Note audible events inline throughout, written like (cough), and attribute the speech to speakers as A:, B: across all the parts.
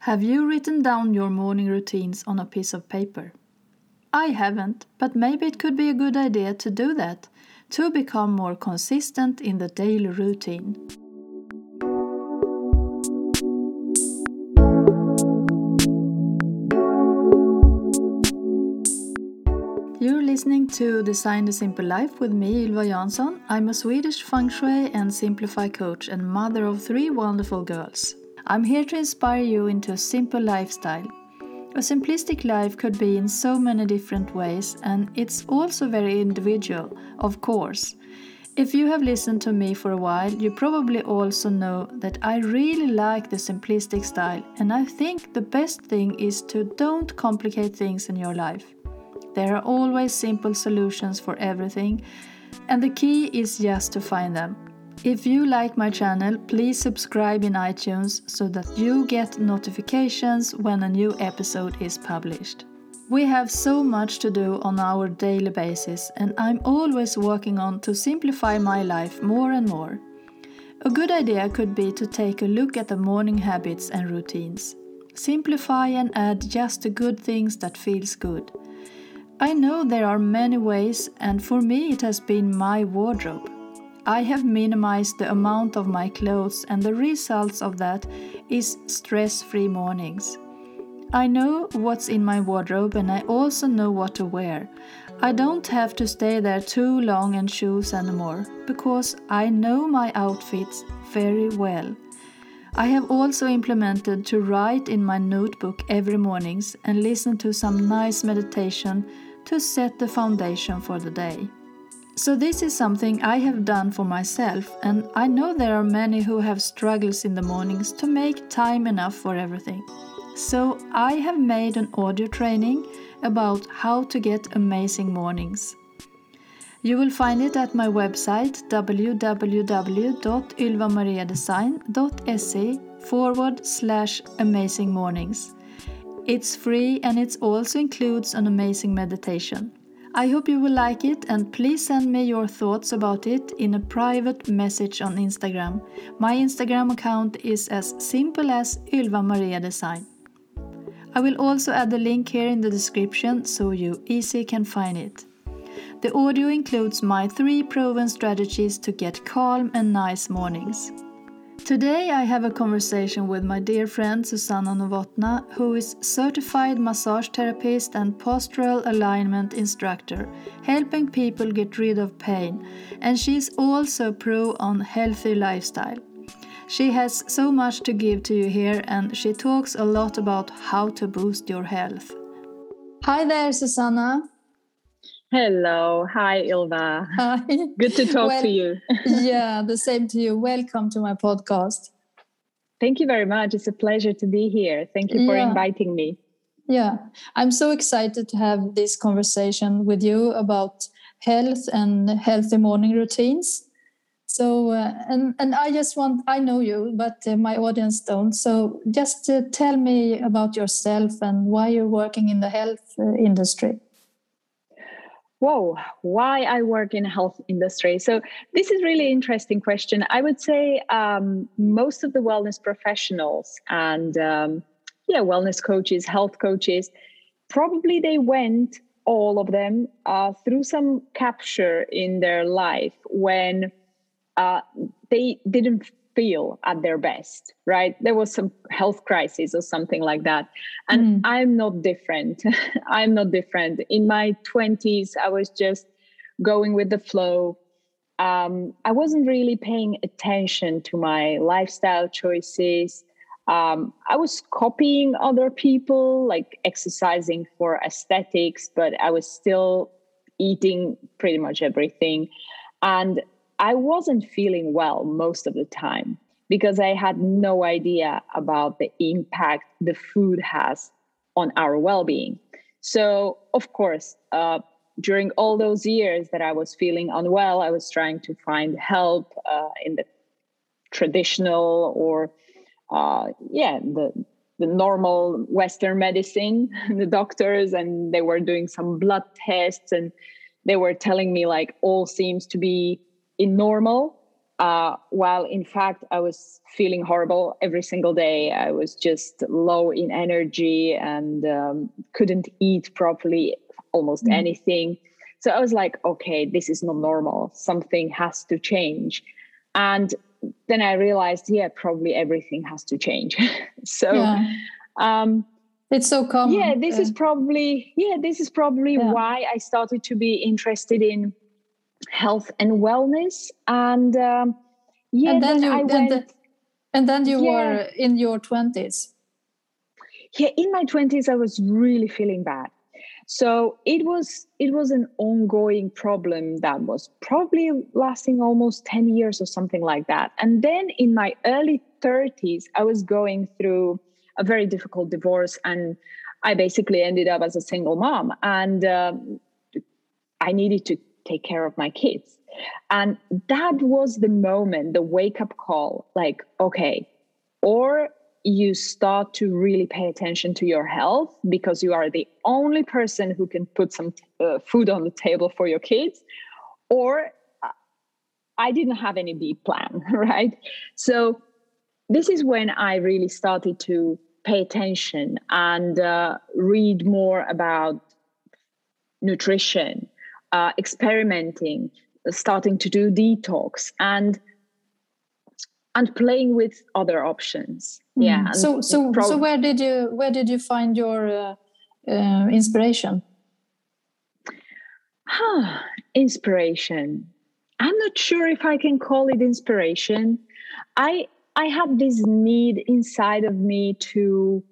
A: Have you written down your morning routines on a piece of paper? I haven't, but maybe it could be a good idea to do that to become more consistent in the daily routine. You're listening to Design the Simple Life with me, Ylva Jansson. I'm a Swedish feng shui and simplify coach and mother of three wonderful girls. I'm here to inspire you into a simple lifestyle. A simplistic life could be in so many different ways, and it's also very individual, of course. If you have listened to me for a while, you probably also know that I really like the simplistic style, and I think the best thing is to don't complicate things in your life. There are always simple solutions for everything, and the key is just to find them. If you like my channel, please subscribe in iTunes so that you get notifications when a new episode is published. We have so much to do on our daily basis, and I'm always working on to simplify my life more and more. A good idea could be to take a look at the morning habits and routines. Simplify and add just the good things that feels good. I know there are many ways, and for me, it has been my wardrobe. I have minimized the amount of my clothes, and the results of that is stress free mornings. I know what's in my wardrobe, and I also know what to wear. I don't have to stay there too long and choose anymore because I know my outfits very well. I have also implemented to write in my notebook every mornings and listen to some nice meditation to set the foundation for the day. So this is something I have done for myself and I know there are many who have struggles in the mornings to make time enough for everything. So I have made an audio training about how to get amazing mornings. You will find it at my website www.ylvamariadesign.se forward slash amazing mornings. It's free and it also includes an amazing meditation. I hope you will like it and please send me your thoughts about it in a private message on Instagram. My Instagram account is as simple as Ylva Maria Design. I will also add the link here in the description so you easy can find it. The audio includes my three proven strategies to get calm and nice mornings. Today I have a conversation with my dear friend Susanna Novotna, who is certified massage therapist and postural alignment instructor, helping people get rid of pain, and she is also a pro on healthy lifestyle. She has so much to give to you here and she talks a lot about how to boost your health. Hi there Susanna.
B: Hello. Hi, Ilva.
A: (laughs) Hi.
B: Good to talk
A: Well-
B: to you. (laughs)
A: yeah, the same to you. Welcome to my podcast.
B: Thank you very much. It's a pleasure to be here. Thank you for
A: Yeah.
B: inviting me.
A: Yeah, I'm so excited to have this conversation with you about health and healthy morning routines. So, uh, and and I just want I know you, but uh, my audience don't. So, just uh, tell me about yourself and why you're working in the health uh, industry.
B: Whoa, why I work in health industry. So this is really interesting question. I would say um, most of the wellness professionals and um, yeah, wellness coaches, health coaches, probably they went all of them uh, through some capture in their life when uh, they didn't feel at their best right there was some health crisis or something like that and
A: Mm.
B: i'm not different (laughs) i'm not different in my 20s i was just going with the flow um, i wasn't really paying attention to my lifestyle choices um, i was copying other people like exercising for aesthetics but i was still eating pretty much everything and I wasn't feeling well most of the time because I had no idea about the impact the food has on our well being. So, of course, uh, during all those years that I was feeling unwell, I was trying to find help uh, in the traditional or, uh, yeah, the the normal Western medicine, (laughs) the doctors, and they were doing some blood tests and they were telling me like all seems to be in normal uh, while in fact I was feeling horrible every single day. I was just low in energy and um, couldn't eat properly almost mm. anything. So I was like, okay, this is not normal. Something has to change. And then I realized, yeah, probably everything has to change. (laughs) so, yeah. um,
A: it's so common.
B: Oh. Yeah, this uh, is probably yeah, this is probably yeah. why I started to be interested in health and wellness and um, yeah
A: and then,
B: then you
A: I
B: then went,
A: the, and then you yeah. were in your 20s
B: yeah in my 20s i was really feeling bad so it was it was an ongoing problem that was probably lasting almost 10 years or something like that and then in my early 30s i was going through a very difficult divorce and i basically ended up as a single mom and um, i needed to take care of my kids. And that was the moment, the wake up call like, okay, or you start to really pay attention to your health because you are the only person who can put some uh, food on the table for your kids, or uh, I didn't have any B plan, (laughs) right? So, this is when I really started to pay attention and uh, read more about nutrition uh, experimenting, starting to do detox, and and playing with other options. Yeah. Mm.
A: Hmm. So so prob- so where did you where did you find your uh, uh, inspiration?
B: Huh, inspiration. I'm not sure if I can call it inspiration. I I had this need inside of me to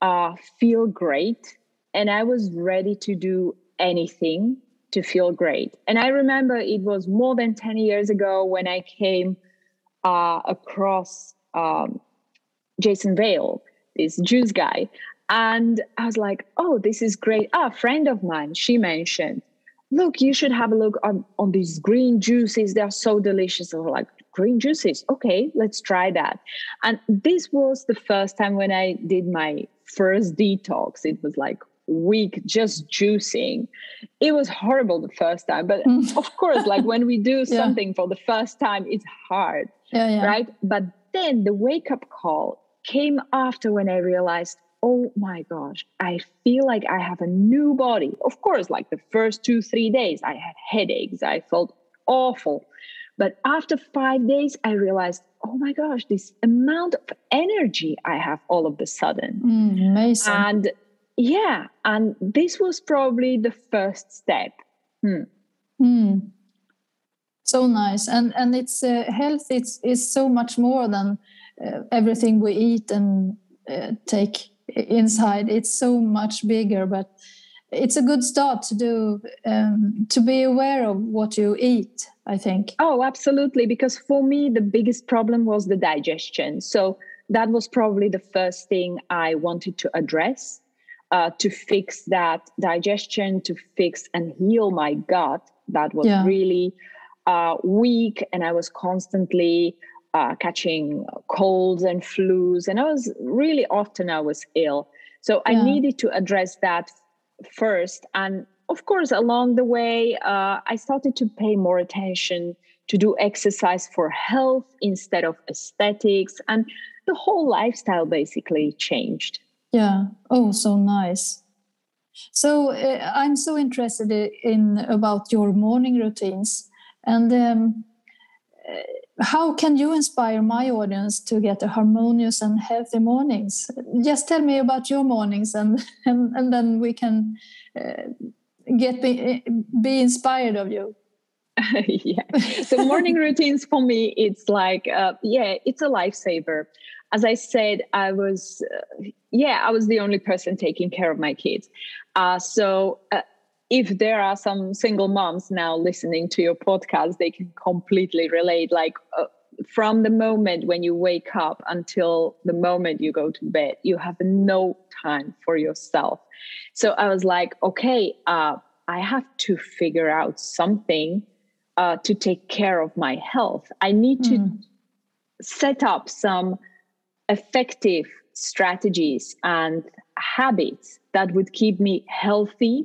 B: uh, feel great, and I was ready to do anything to feel great. And I remember it was more than 10 years ago when I came uh, across um, Jason Vale, this Jews guy. And I was like, oh, this is great. Ah, a friend of mine, she mentioned, look, you should have a look on, on these green juices. They're so delicious. I was like, green juices. Okay, let's try that. And this was the first time when I did my first detox. It was like, week just juicing. It was horrible the first time, but
A: Mm.
B: of course, like when we do yeah. something for the first time, it's hard, yeah, yeah. right? But then the wake up call came after when I realized, oh my gosh, I feel like I have a new body. Of course, like the first two, three days, I had headaches, I felt awful. But after five days, I realized, oh my gosh, this amount of energy I have all of the sudden.
A: Mm, amazing.
B: And yeah and this was probably the first step
A: mm. Mm. so nice and and it's uh, health it's is so much more than uh, everything we eat and uh, take inside it's so much bigger but it's a good start to do um, to be aware of what you eat i think
B: oh absolutely because for me the biggest problem was the digestion so that was probably the first thing i wanted to address uh, to fix that digestion, to fix and heal my gut that was yeah. really uh, weak, and I was constantly uh, catching colds and flus, and I was really often I was ill. So yeah. I needed to address that first, and of course, along the way, uh, I started to pay more attention to do exercise for health instead of aesthetics, and the whole lifestyle basically changed.
A: Yeah. Oh, so nice. So uh, I'm so interested in about your morning routines and um, how can you inspire my audience to get a harmonious and healthy mornings? Just tell me about your mornings and (laughs) and, and then we can uh, get be, be inspired of you.
B: (laughs) yeah. So morning routines for me, it's like uh, yeah, it's a lifesaver as I said, I was, uh, yeah, I was the only person taking care of my kids. Uh, so uh, if there are some single moms now listening to your podcast, they can completely relate. Like uh, from the moment when you wake up until the moment you go to bed, you have no time for yourself. So I was like, okay, uh, I have to figure out something uh, to take care of my health. I need to mm. set up some effective strategies and habits that would keep me healthy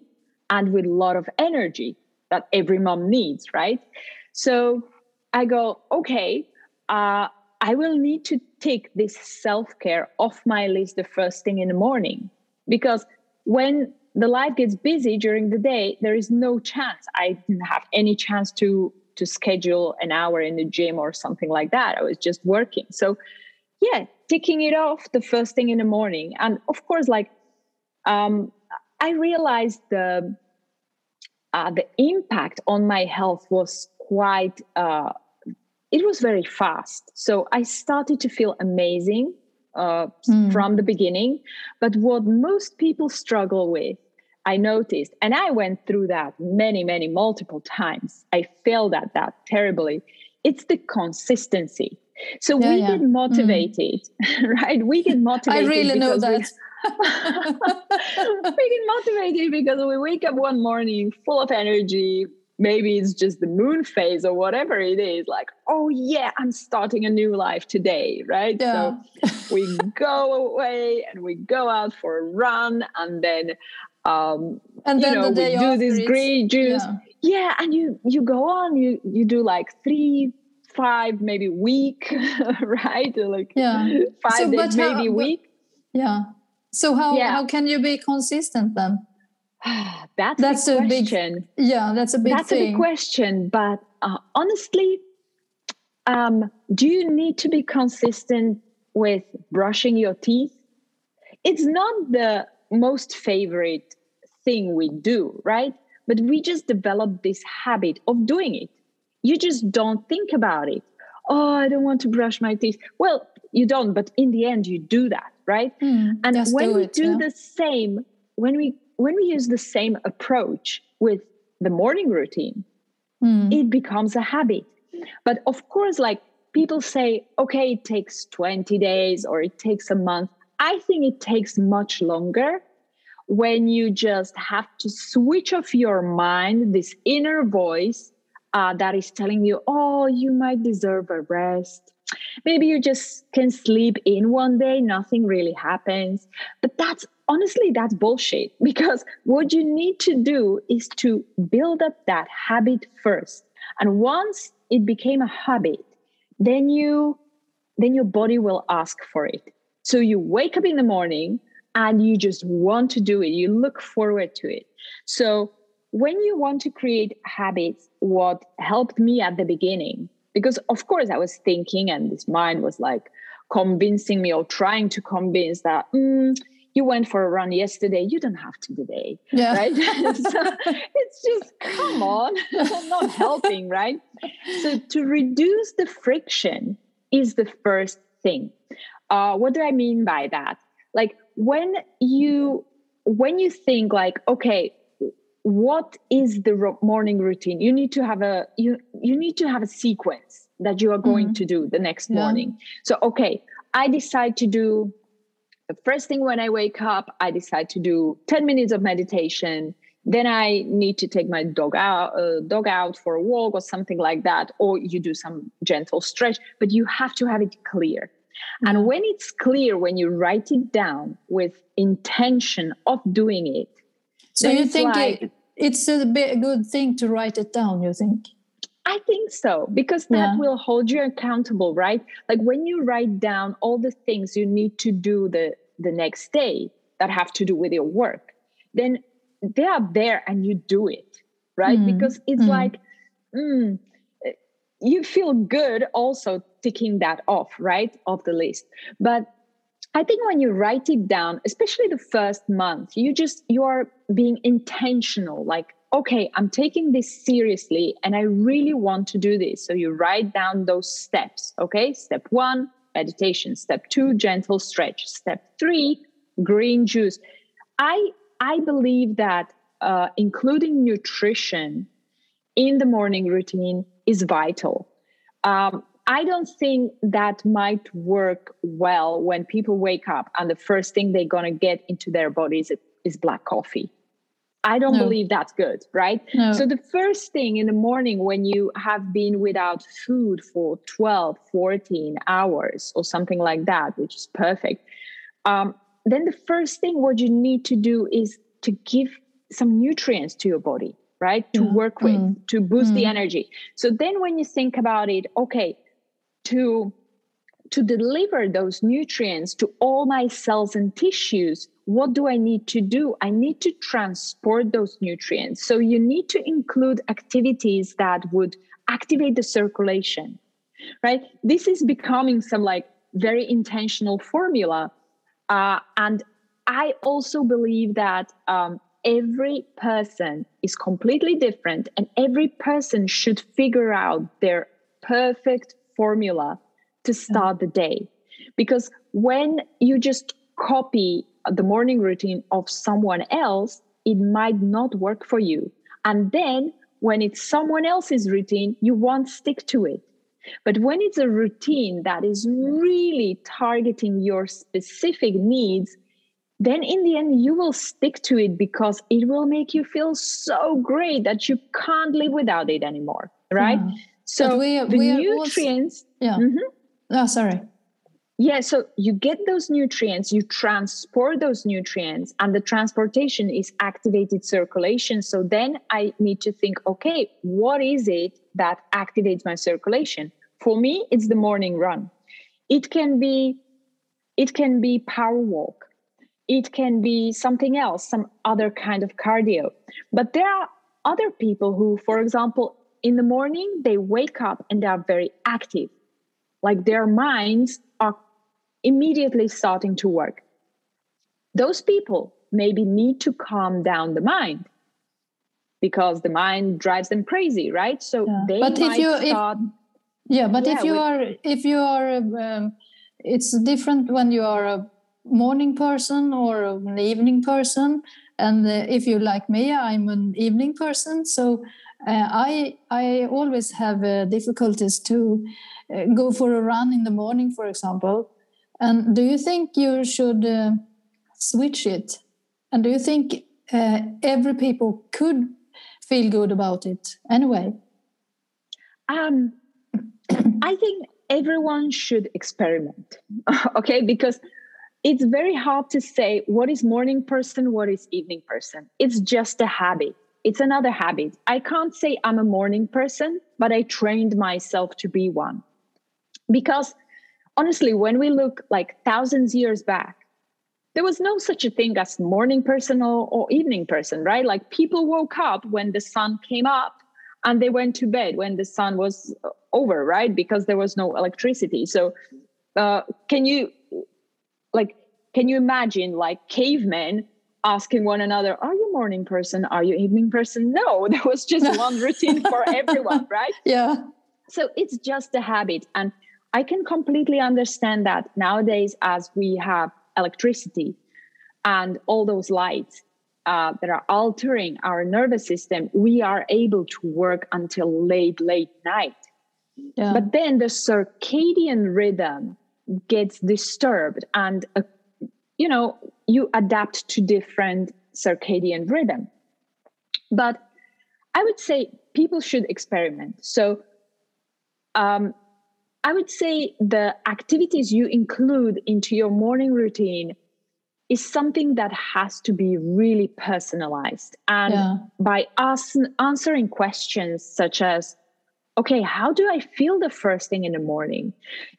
B: and with a lot of energy that every mom needs, right? So I go, okay, uh, I will need to take this self care off my list the first thing in the morning. Because when the life gets busy during the day, there is no chance. I didn't have any chance to, to schedule an hour in the gym or something like that. I was just working. So, yeah, ticking it off the first thing in the morning. And of course, like, um, I realized the, uh, the impact on my health was quite. Uh, it was very fast. So I started to feel amazing uh, mm. from the beginning. But what most people struggle with, I noticed, and I went through that many, many, multiple times. I failed at that terribly. It's the consistency. So yeah, we yeah. get motivated, (laughs) mm. right? We get motivated.
A: I really know that.
B: We, (laughs) we get motivated because we wake up one morning full of energy, maybe it's just the moon phase or whatever it is like oh yeah i'm starting a new life today right yeah. so (laughs) we go away and we go out for a run and then um and then you know the we do this green juice yeah. yeah. and you you go on you you do like three five maybe week (laughs) right like yeah (laughs) five so, days maybe how, week (sighs)
A: but, yeah so how yeah. how can you be consistent then
B: that's, that's a question.
A: Big, yeah, that's a big.
B: That's
A: thing.
B: a big question, but uh, honestly, um, do you need to be consistent with brushing your teeth? It's not the most favorite thing we do, right? But we just develop this habit of doing it. You just don't think about it. Oh, I don't want to brush my teeth. Well, you don't, but in the end, you do that, right?
A: Hmm,
B: Mm, and when do we it, do yeah. the same, when we when we use the same approach with the morning routine,
A: Hmm,
B: mm. it becomes a habit. But of course, like people say, okay, it takes 20 days or it takes a month. I think it takes much longer when you just have to switch off your mind, this inner voice uh, that is telling you, oh, you might deserve a rest. Maybe you just can sleep in one day, nothing really happens. But that's honestly, that's bullshit because what you need to do is to build up that habit first. And once it became a habit, then you then your body will ask for it. So you wake up in the morning and you just want to do it. You look forward to it. So when you want to create habits, what helped me at the beginning, because of course I was thinking and this mind was like convincing me or trying to convince that mm, you went for a run yesterday you don't have to today yeah. right (laughs) so it's just come on (laughs) not helping right so to reduce the friction is the first thing uh, what do i mean by that like when you when you think like okay what is the ro- morning routine you need to have a you you need to have a sequence that you are going mm-hmm. to do the next yeah. morning so okay i decide to do the first thing when I wake up, I decide to do 10 minutes of meditation. Then I need to take my dog out, uh, dog out for a walk or something like that, or you do some gentle stretch, but you have to have it clear. Mm-hmm. And when it's clear, when you write it down with intention of doing it,
A: so you think like, it, it's a, a good thing to write it down, you think?
B: I think so, because that yeah. will hold you accountable, right? Like when you write down all the things you need to do the, the next day that have to do with your work, then they are there and you do it, right? Mm. Because it's mm. like, mm, you feel good also ticking that off, right? Off the list. But I think when you write it down, especially the first month, you just, you are being intentional, like, okay, I'm taking this seriously and I really want to do this. So you write down those steps. Okay. Step one, meditation. Step two, gentle stretch. Step three, green juice. I, I believe that uh, including nutrition in the morning routine is vital. Um, I don't think that might work well when people wake up and the first thing they're going to get into their bodies is, is black coffee. I don't no. believe that's good, right? No. So the first thing in the morning when you have been without food for 12, 14 hours or something like that, which is perfect, um, then the first thing what you need to do is to give some nutrients to your body. right to
A: Yeah.
B: work with
A: Mm.
B: to boost the
A: Mm.
B: energy so then when you think about it okay to to deliver those nutrients to all my cells and tissues what do i need to do i need to transport those nutrients so you need to include activities that would activate the circulation right this is becoming some like very intentional formula uh, and I also believe that um, every person is completely different, and every person should figure out their perfect formula to start the day. Because when you just copy the morning routine of someone else, it might not work for you. And then when it's someone else's routine, you won't stick to it. But when it's a routine that is really targeting your specific needs, then in the end, you will stick to it because it will make you feel so great that you can't live without it anymore, right?
A: Yeah.
B: So
A: But we-
B: the
A: we are also-
B: nutrients,
A: Yeah.
B: Mhm.
A: Oh, sorry.
B: yeah, so you get those nutrients, you transport those nutrients, and the transportation is activated circulation. So then I need to think okay, what is it that activates my circulation? For me, it's the morning run. It can be it can be power walk. It can be something else, some other kind of cardio. But there are other people who, for example, in the morning, they wake up and they are very active like their minds are immediately starting to work. Those people maybe need to calm down the mind because the mind drives them crazy, right? So
A: Yeah.
B: they
A: But if
B: might
A: you- if-
B: start.
A: Yeah, but
B: Yeah,
A: if you
B: with-
A: are if you are um, it's different when you are a morning person or an evening person and uh, if you like me I'm an evening person so uh, I I always have uh, difficulties to uh, go for a run in the morning for example and do you think you should uh, switch it and do you think uh, every people could feel good about it anyway
B: um, I think everyone should experiment, (laughs) okay? Because it's very hard to say what is morning person, what is evening person. It's just a habit. It's another habit. I can't say I'm a morning person, but I trained myself to be one. Because honestly, when we look like thousands years back, there was no such a thing as morning person or, or evening person, right? Like people woke up when the sun came up and they went to bed when the sun was uh, over, right? Because there was no electricity. So, uh, can you, like, can you imagine like cavemen asking one another, "Are you morning person? Are you evening person?" No, (laughs) there was just one routine for everyone, right?
A: yeah
B: so it's just a habit and i can completely understand that nowadays as we have electricity and all those lights uh, that are altering our nervous system we are able to work until late late night
A: yeah
B: but then the circadian rhythm gets disturbed and uh, you know you adapt to different circadian rhythm but i would say people should experiment so um, I would say the activities you include into your morning routine is something that has to be really personalized. And
A: yeah
B: by us answering questions such as, okay, how do I feel the first thing in the morning?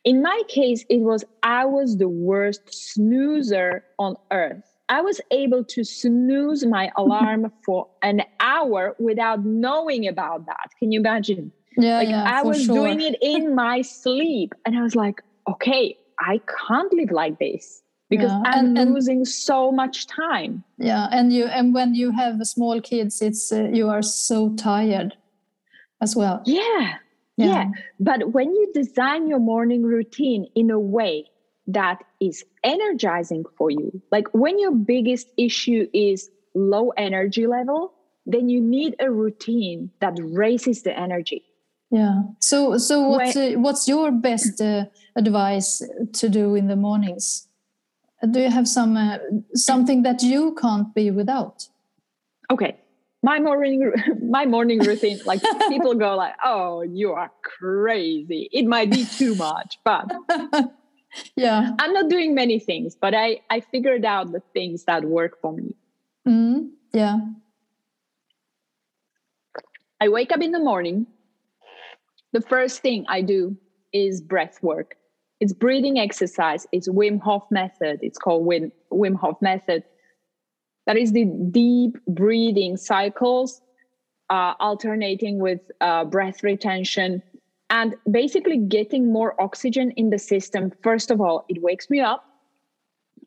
B: In my case, it was I was the worst snoozer on earth. I was able to snooze
A: (laughs)
B: my alarm for an hour without knowing about that. Can you imagine?
A: Yeah,
B: like
A: Oh, yeah,
B: i
A: for
B: was
A: sure.
B: doing it
A: (laughs)
B: in my sleep and i was like okay i can't live like this because
A: Yeah,
B: i'm
A: and- and-
B: losing so much time
A: Yeah, and you and when you have small kids, it's uh, you are so tired as well.
B: yeah Yeah. But when you design your morning routine in a way that is energizing for you, like when your biggest issue is low energy level, then you need a routine that raises the energy.
A: yeah. So, so what's uh, what's your best uh, advice to do in the mornings? Do you have some uh, something that you can't be without?
B: Okay. My morning, (laughs) my morning routine, like people go like, "Oh, you are crazy! It might be too much." But
A: yeah.
B: I'm not doing many things, but I I figured
A: Mm-hmm.
B: out the things that work for me.
A: Mm, yeah.
B: I wake up in the morning. The first thing I do is breath work. It's breathing exercise. It's Wim Hof method. It's called Wim, Wim Hof method. That is the deep breathing cycles, uh, alternating with uh, breath retention, and basically getting more oxygen in the system. First of all, it wakes me up,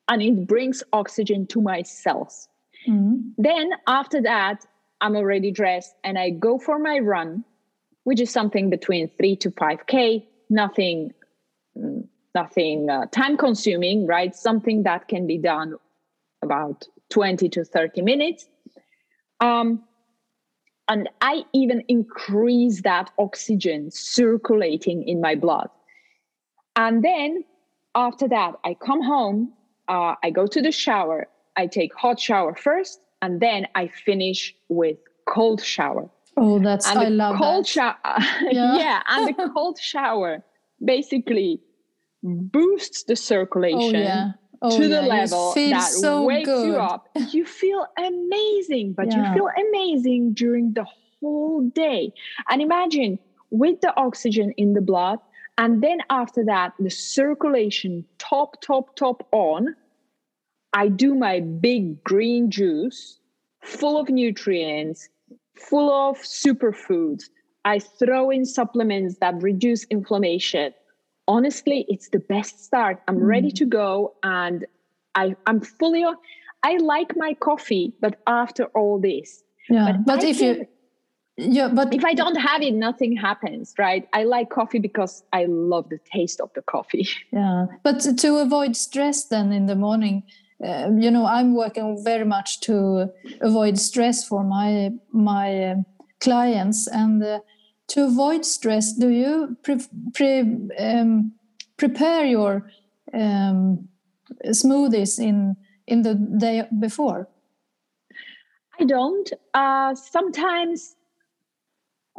B: and it brings oxygen to my cells.
A: Mm.
B: Then after that, I'm already dressed and I go for my run, which is something between three to five k. Nothing, nothing uh, time consuming, right? Something that can be done about twenty to thirty minutes. Um, and I even increase that oxygen circulating in my blood. And then after that, I come home. Uh, I go to the shower. I take hot shower first, and then I finish with cold shower.
A: Oh, that's
B: And
A: I
B: the
A: love
B: cold
A: that.
B: shower. (laughs)
A: Yeah.
B: Yeah.
A: (laughs)
B: and the cold shower basically boosts the circulation
A: oh yeah. Oh,
B: to
A: yeah.
B: the
A: you
B: level
A: feel
B: that
A: so
B: wakes you
A: good.
B: up. You feel amazing, but
A: Yeah.
B: you feel amazing during the whole day. And imagine with the oxygen in the blood, and then after that, the circulation top, top, top on. I do my big green juice full of nutrients, full of superfoods. I throw in supplements that reduce inflammation. Honestly, it's the best start.
A: Mm.
B: I'm ready to go and I, I'm fully. o- I like my coffee, but after all this,
A: Yeah. Uh, But,
B: I
A: if you
B: can-
A: yeah, but
B: if I don't have it, nothing happens, right? I like coffee because I love the taste of the coffee.
A: Yeah, but to- to avoid stress then in the morning, uh, you know, I'm working very much to avoid stress for my my um clients, and uh, to avoid stress, do you pre- pre- um, prepare your um, smoothies in in the day before?
B: I don't. Uh, sometimes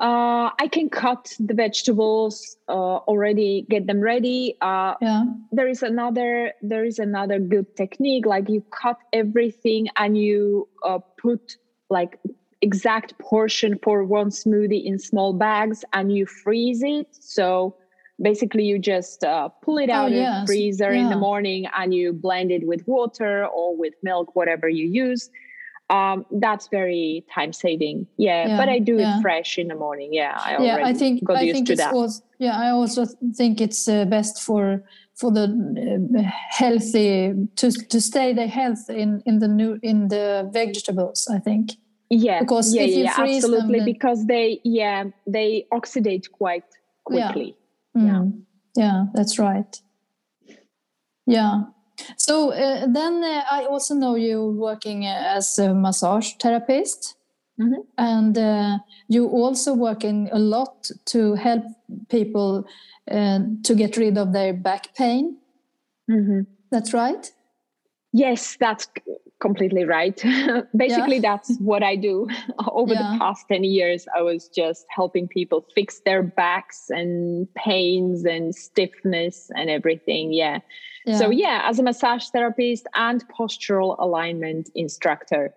B: uh, I can cut the vegetables uh, already, get them ready. Uh,
A: Yeah,
B: there is another there is another good technique. Like you cut everything and you uh, put like exact portion for one smoothie in small bags and you freeze it. So basically, you just uh, pull it
A: Oh,
B: out of
A: yes.
B: the freezer in the
A: Yeah.
B: morning and you blend it with water or with milk, whatever you use. Um, that's very time saving. Yeah,
A: Yeah,
B: but I do
A: yeah.
B: it fresh in the morning. Yeah, I
A: yeah.
B: already
A: I think
B: got
A: I
B: used
A: think
B: to
A: it's
B: that.
A: also yeah. I also think it's uh, best for for the um, healthy to to stay the health in in the new in the vegetables. I think
B: yeah,
A: because
B: yeah,
A: if
B: yeah,
A: you
B: yeah,
A: freeze them,
B: absolutely,
A: then-
B: because they yeah they oxidate quite
A: Yeah.
B: quickly. Yeah.
A: Mm, yeah, that's right. Yeah. So uh, then uh, I also know you working uh, as a massage therapist.
B: Mhm.
A: And uh, you also working a lot to help people uh, to get rid of their back pain.
B: Mhm.
A: That's right.
B: Yes, that's c- completely right. (laughs) Basically, that's what I do. (laughs) Over
A: Yeah.
B: the past 10 years, I was just helping people fix their backs and pains and stiffness and everything. Yeah. So, yeah, as a massage therapist and postural alignment instructor,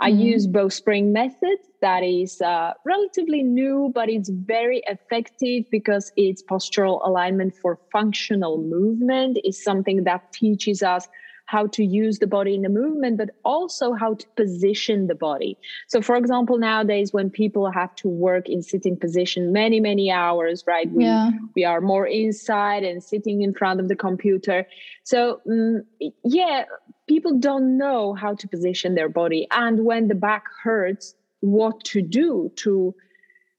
B: I
A: Mhm.
B: use Bowspring method that is uh, relatively new, but it's very effective because it's postural alignment for functional movement. It's something that teaches us how to use the body in the movement, but also how to position the body. So, for example, nowadays when people have to work in sitting position many, many hours, right? We,
A: yeah.
B: we are more inside and sitting in front of the computer. So, mm, yeah, people don't know how to position their body. And when the back hurts, what to do to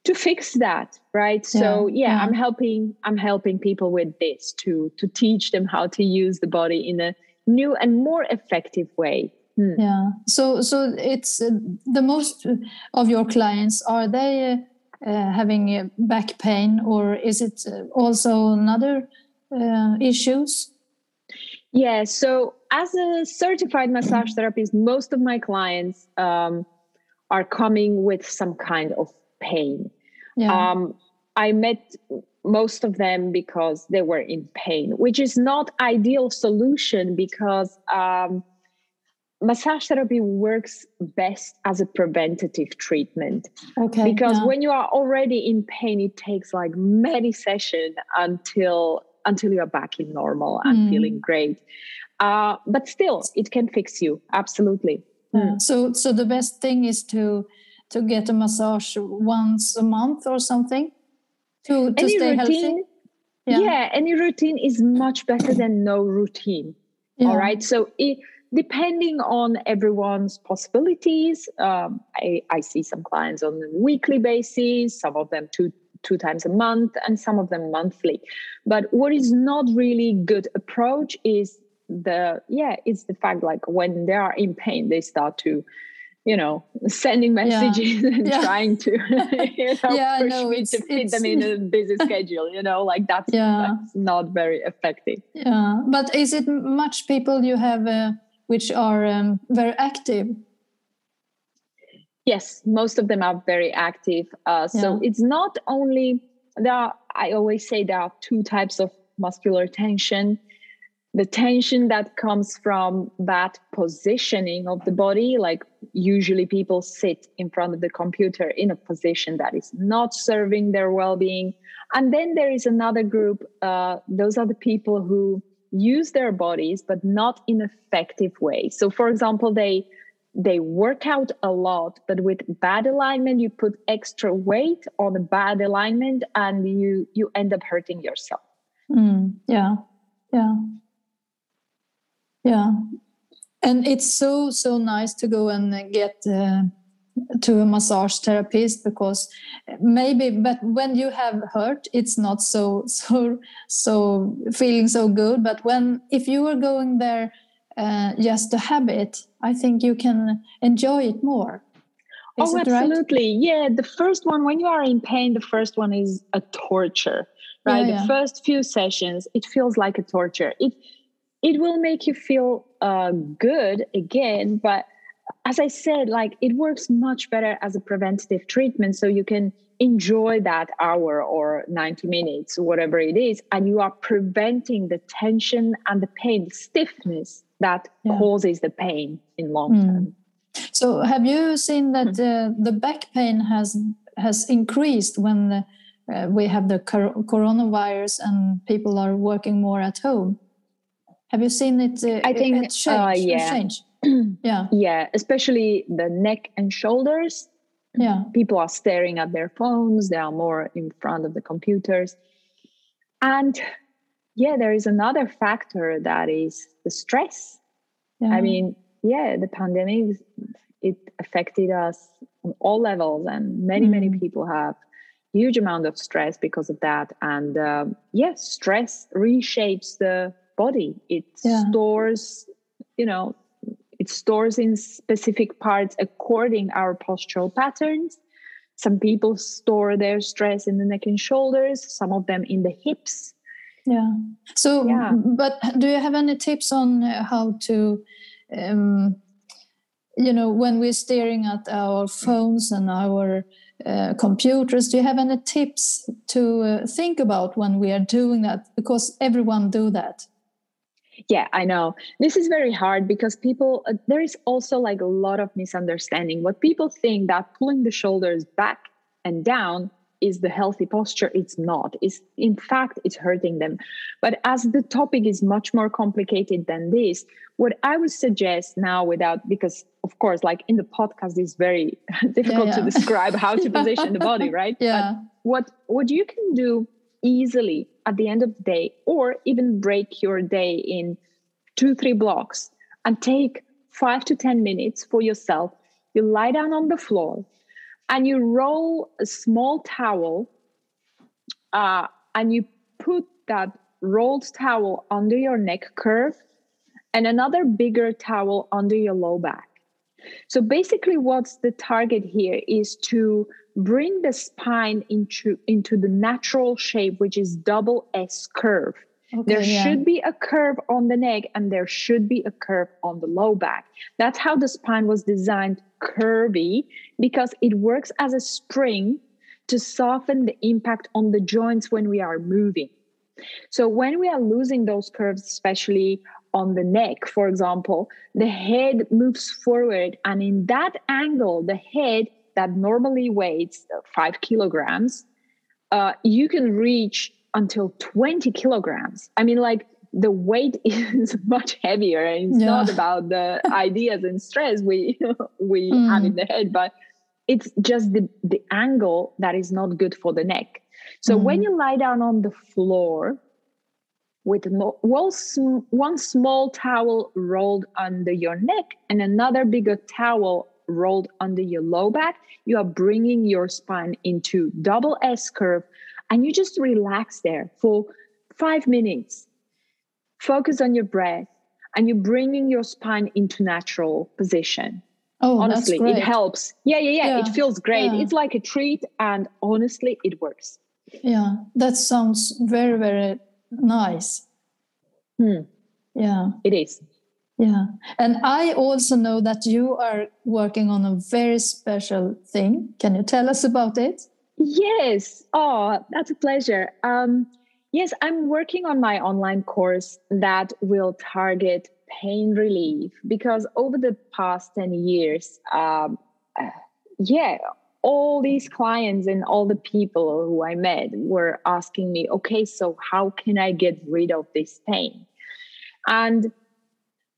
B: to fix that right
A: Yeah,
B: so yeah
A: yeah.
B: i'm helping i'm helping people with this to to teach them how to use the body in a new and more effective way Hmm.
A: Yeah. So so it's uh, the most of your clients are they uh, uh, having uh, back pain or is it uh, also another uh, issues?
B: Yeah, so as a certified massage therapist, most of my clients um, are coming with some kind of pain.
A: Yeah.
B: Um, I met most of them because they were in pain, which is not ideal solution because um, massage therapy works best as a preventative treatment
A: Okay.
B: Uh, because
A: yeah.
B: when you are already in pain it takes like many sessions until until you're back in normal and
A: Mm.
B: feeling great uh, but still it can fix you absolutely
A: Yeah. So so the best thing is to to get a massage once a month or something to to
B: any
A: stay healthy.
B: routine yeah. any routine is much better than no routine
A: Yeah.
B: all right so it, depending on everyone's possibilities um, I, I see some clients on a weekly basis some of them two two times a month and some of them monthly but what is not really good approach is the yeah it's the fact like when they are in pain they start to you know sending messages (laughs) and
A: Yeah.
B: trying to
A: (laughs)
B: you know
A: Yeah, I
B: push
A: know,
B: me
A: it's-
B: to fit
A: it's-
B: them in a busy schedule you know like that's,
A: (laughs) Yeah.
B: that's not very effective
A: Yeah. But is it m- much people you have uh, which are um, very active?
B: Yes, most of them are very active. Uh, so it's not only there. Are, I always say there are two types of muscular tension: the tension that comes from bad positioning of the body, like usually people sit in front of the computer in a position that is not serving their well-being, and then there is another group. Uh, those are the people who use their bodies but not in effective way. So, for example, they they work out a lot, but with bad alignment, you put extra weight on a bad alignment and you you end up hurting yourself.
A: Mm, yeah, yeah, yeah. And it's so so nice to go and uh, get uh, to a massage therapist because maybe, but when you have hurt, it's not so (laughs) so so feeling so good. But when if you are going there uh, just a habit, I think you can enjoy it more. Is
B: oh,
A: it right?
B: absolutely. Yeah. The first one, when you are in pain, the first one is a torture, right?
A: Yeah,
B: the
A: yeah.
B: first few sessions, it feels like a torture. It it will make you feel uh, good again, but as I said, like it works much better as a preventative treatment. So you can enjoy that hour or 90 minutes, whatever it is, and you are preventing the tension and the pain, the stiffness that
A: Yeah.
B: causes the pain in long
A: Mm.
B: term.
A: So, have you seen
B: Hmm.
A: that uh, the back pain has has increased when uh, we have the cor- coronavirus and people are working more at home? Have you seen it? Uh,
B: I think,
A: it change.
B: uh,
A: it
B: yeah. (clears throat)
A: change? yeah,
B: Yeah, especially the neck and shoulders.
A: yeah,
B: people are staring at their phones they are more in front of the computers and yeah there is another factor that is the stress
A: yeah.
B: i mean yeah the pandemic it affected us on all levels and many many
A: Mm.
B: people have huge amount of stress because of that and um, yeah stress reshapes the body it
A: Yeah.
B: stores you know it stores in specific parts according our postural patterns some people store their stress in the neck and shoulders some of them in the hips
A: yeah. So,
B: Yeah.
A: but do you have any tips on uh, how to? Um, you know, when we're staring at our phones and our uh, computers, do you have any tips to uh, think about when we are doing that? Because everyone do that.
B: yeah i know this is very hard because people uh, there is also like a lot of misunderstanding what people think that pulling the shoulders back and down is the healthy posture it's not it's in fact it's hurting them but as the topic is much more complicated than this what i would suggest now without because of course like in the podcast it's very (laughs) difficult to
A: (laughs) yeah.
B: describe how to position the body right But
A: Yeah,
B: what what you can do easily at the end of the day or even break your day in two three blocks and take five to ten minutes for yourself you lie down on the floor and you roll a small towel uh, and you put that rolled towel under your neck curve and another bigger towel under your low back so basically, what's the target here is to bring the spine into into the natural shape, which is double S curve.
A: okay,
B: There
A: yeah.
B: should be a curve on the neck and there should be a curve on the low back. That's how the spine was designed curvy because it works as a spring to soften the impact on the joints when we are moving. So when we are losing those curves, especially on the neck, for example, the head moves forward. And in that angle, the head that normally weighs five kilograms, uh, you can reach until 20 kilograms. I mean, like the weight (laughs) is much heavier and it's
A: Yeah.
B: not
A: (laughs)
B: about the ideas and stress we we
A: Mm.
B: have in the head, but it's just the, the angle that is not good for the neck. So when
A: Mm.
B: you lie down on the floor, with mo- one, sm- one small towel rolled under your neck and another bigger towel rolled under your low back, you are bringing your spine into double S curve and you just relax there for five minutes. Focus on your breath and you're bringing your spine into natural position.
A: Oh,
B: honestly,
A: that's great.
B: it helps. Yeah, yeah, yeah, It
A: Yeah,
B: feels great.
A: yeah.
B: It's like a treat. And honestly, it works.
A: Yeah, that sounds very, very nice.
B: Hmm,
A: Yeah,
B: it is.
A: yeah. And I also know that you are working on a very special thing. Can you tell us about it?
B: Yes. Oh, that's a pleasure. Um, yes, I'm working on my online course that will target pain relief because over the past 10 years, um, uh, yeah, all these clients and all the people who I met were asking me, okay, so how can I get rid of this pain? And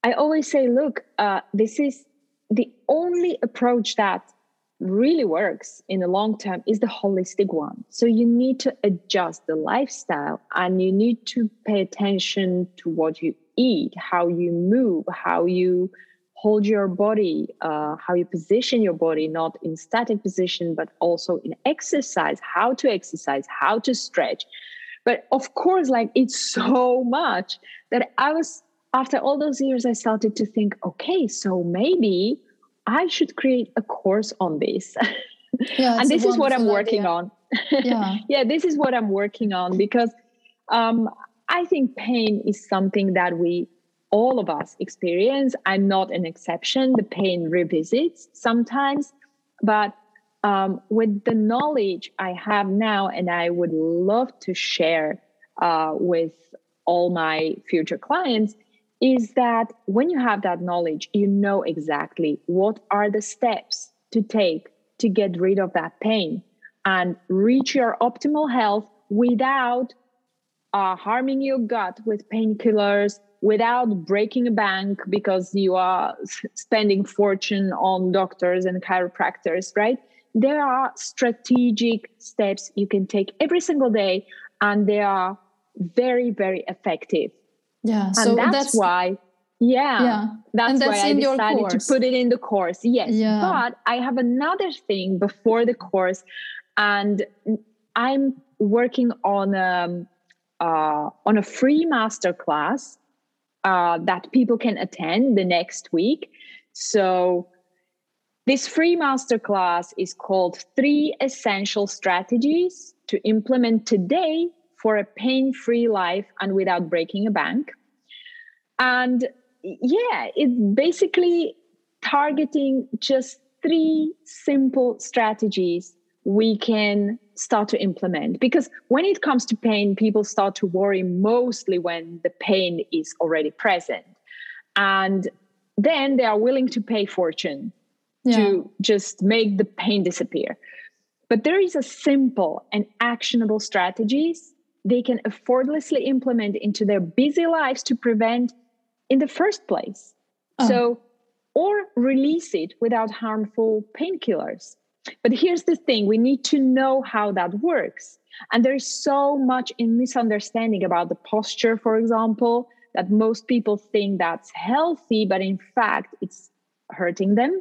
B: I always say, look, uh, this is the only approach that really works in the long term is the holistic one. So you need to adjust the lifestyle and you need to pay attention to what you eat, how you move, how you hold your body, uh, how you position your body, not in static position, but also in exercise, how to exercise, how to stretch. But of course, like it's (laughs) so much that I was, after all those years, I started to think, okay, so maybe I should create a course on this. (laughs)
A: Yeah,
B: and
A: it's a
B: this is what I'm
A: wonderful
B: working
A: idea.
B: on.
A: Yeah,
B: yeah, this is what I'm working on because um, I think pain is something that we all of us experience. I'm not an exception. The pain revisits sometimes, but um, with the knowledge I have now, and I would love to share uh, with all my future clients, is that when you have that knowledge, you know exactly what are the steps to take to get rid of that pain and reach your optimal health without uh, harming your gut with painkillers without breaking a bank because you are s- spending fortune on doctors and chiropractors right there are strategic steps you can take every single day and they are very very effective
A: yeah.
B: and
A: So
B: that's,
A: that's
B: why yeah,
A: yeah.
B: that's,
A: And that's
B: why
A: in
B: i
A: your
B: decided to
A: course.
B: put it in the course yes
A: Yeah.
B: but i have another thing before the course and i'm working on um, uh, on a free masterclass uh, that people can attend the next week. So, this free masterclass is called Three Essential Strategies to Implement Today for a Pain Free Life and Without Breaking a Bank. And yeah, it's basically targeting just three simple strategies we can start to implement. Because when it comes to pain, people start to worry mostly when the pain is already present. And then they are willing to pay fortune
A: Yeah.
B: to just make the pain disappear. But there is a simple and actionable strategies they can effortlessly implement into their busy lives to prevent in the first place.
A: Oh.
B: So or release it without harmful painkillers. But here's the thing, we need to know how that works. And there is so much in misunderstanding about the posture, for example, that most people think that's healthy, but in fact, it's hurting them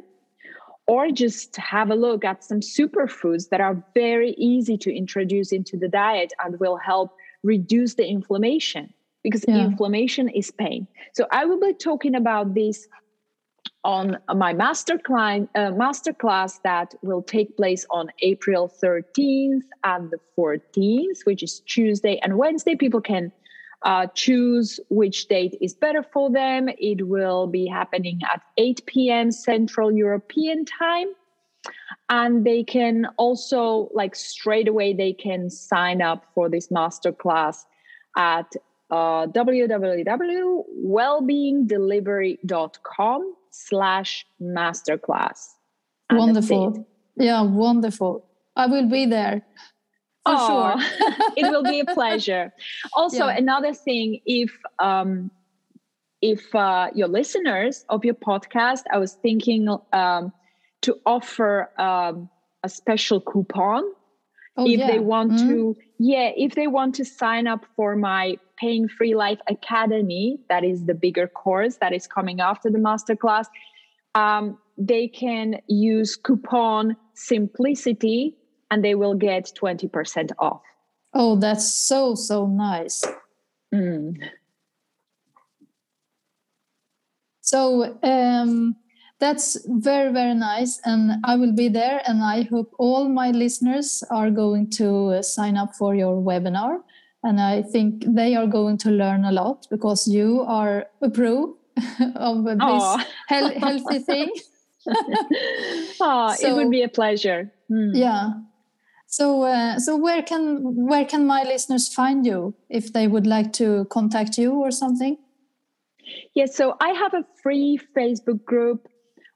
B: or just have a look at some superfoods that are very easy to introduce into the diet and will help reduce the inflammation because
A: Yeah.
B: inflammation is pain. So I will be talking about this on my master client uh, masterclass that will take place on April 13th and the 14th, which is Tuesday and Wednesday. People can uh, choose which date is better for them. It will be happening at 8 p.m. Central European time and they can also like straight away they can sign up for this masterclass at uh, www.wellbeingdelivery.com slash masterclass. And that's it.
A: Wonderful. Yeah, wonderful. I will be there. For
B: Aw,
A: sure. (laughs)
B: it will be a pleasure. Also,
A: Yeah.
B: another thing, if um, if uh, your listeners of your podcast, I was thinking um, to offer um, a special coupon
A: Oh,
B: if
A: yeah.
B: they want
A: Mm.
B: to yeah if they want to sign up for my paying free life academy that is the bigger course that is coming after the masterclass um, they can use coupon simplicity and they will get 20% off
A: Oh, that's so, so nice.
B: Mm.
A: So um, that's very, very nice. And I will be there. And I hope all my listeners are going to uh, sign up for your webinar. And I think they are going to learn a lot because you are a pro (laughs) of this (laughs)
B: Aw.
A: heal- healthy
B: (laughs)
A: thing.
B: Aw, it
A: So-
B: would be a pleasure Mm.
A: Yeah. So, uh, so where can where can my listeners find you if they would like to contact you or something?
B: Yes, so I have a free Facebook group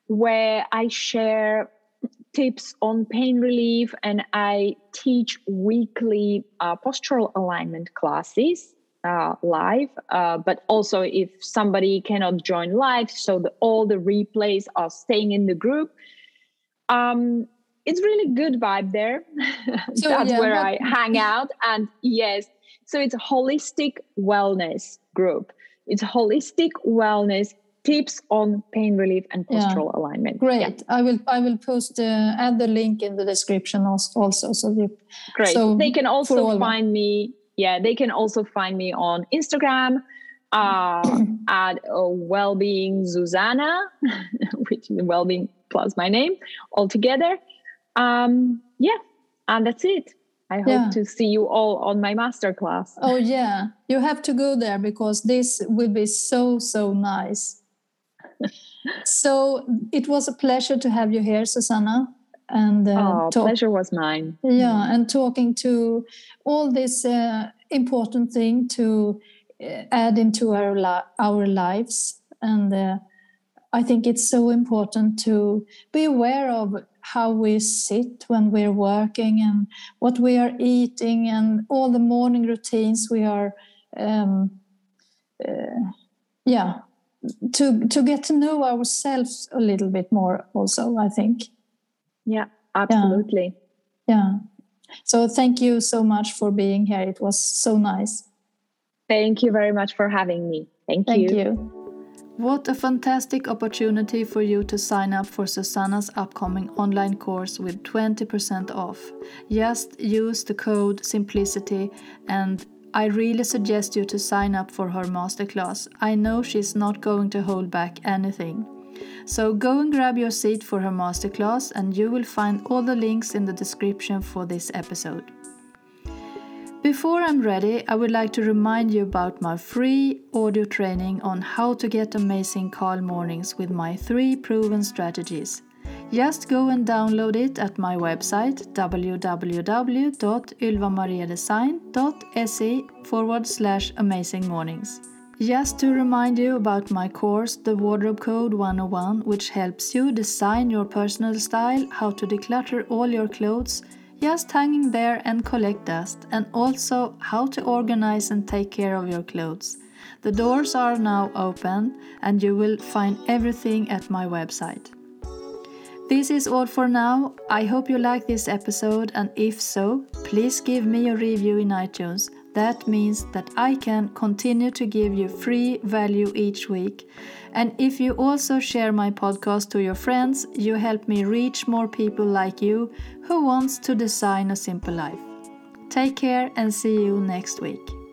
B: where I share tips on pain relief and I teach weekly uh, postural alignment classes uh, live. Uh, but also, if somebody cannot join live, so the, all the replays are staying in the group. Um, it's really good vibe there. (laughs)
A: So,
B: That's
A: yeah,
B: where
A: what-
B: I hang out. And yes, so it's a holistic wellness group. It's holistic wellness tips on pain relief and
A: Yeah.
B: postural alignment.
A: Great.
B: Yeah,
A: I will I will post uh, add the link in the description als- also. So you,
B: great.
A: So,
B: they can
A: for
B: also
A: all-
B: find me. Yeah, they can also find me on Instagram
A: (clears throat)
B: uh, at uh, Wellbeing Susanna, (laughs) which is Wellbeing plus my name altogether. Um, yeah, and that's it. I hope
A: Yeah.
B: to see you all on my masterclass.
A: oh yeah, you have to go there because this will be so so nice. so it was a pleasure to have you here, Susanna, and uh,
B: oh,
A: talk-
B: pleasure was mine.
A: yeah, and talking to all this uh, important thing to uh, add into our li- our lives and. Uh, I think it's so important to be aware of how we sit when we're working and what we are eating and all the morning routines we are, um, uh, yeah, to to get to know ourselves a little bit more. Also, I think,
B: Yeah, absolutely.
A: yeah. So thank you so much for being here. It was so nice.
B: Thank you very much for having me. Thank,
A: Thank
B: you.
A: you.
C: What a fantastic opportunity for you to sign up for Susanna's upcoming online course with 20% off. Just use the code SIMPLICITY and I really suggest you to sign up for her masterclass. I know she's not going to hold back anything. So go and grab your seat for her masterclass and you will find all the links in the description for this episode. Before I'm ready, I would like to remind you about my free audio training on how to get amazing calm mornings with my three proven strategies. Just go and download it at my website www.ylvamariadesign.se forward slash amazing mornings. Just to remind you about my course, The Wardrobe Code 101, which helps you design your personal style, how to declutter all your clothes, just hanging there and collect dust, and also how to organize and take care of your clothes. The doors are now open, and you will find everything at my website. This is all for now. I hope you like this episode, and if so, please give me a review in iTunes. That means that I can continue to give you free value each week. And if you also share my podcast to your friends, you help me reach more people like you who wants to design a simple life. Take care and see you next week.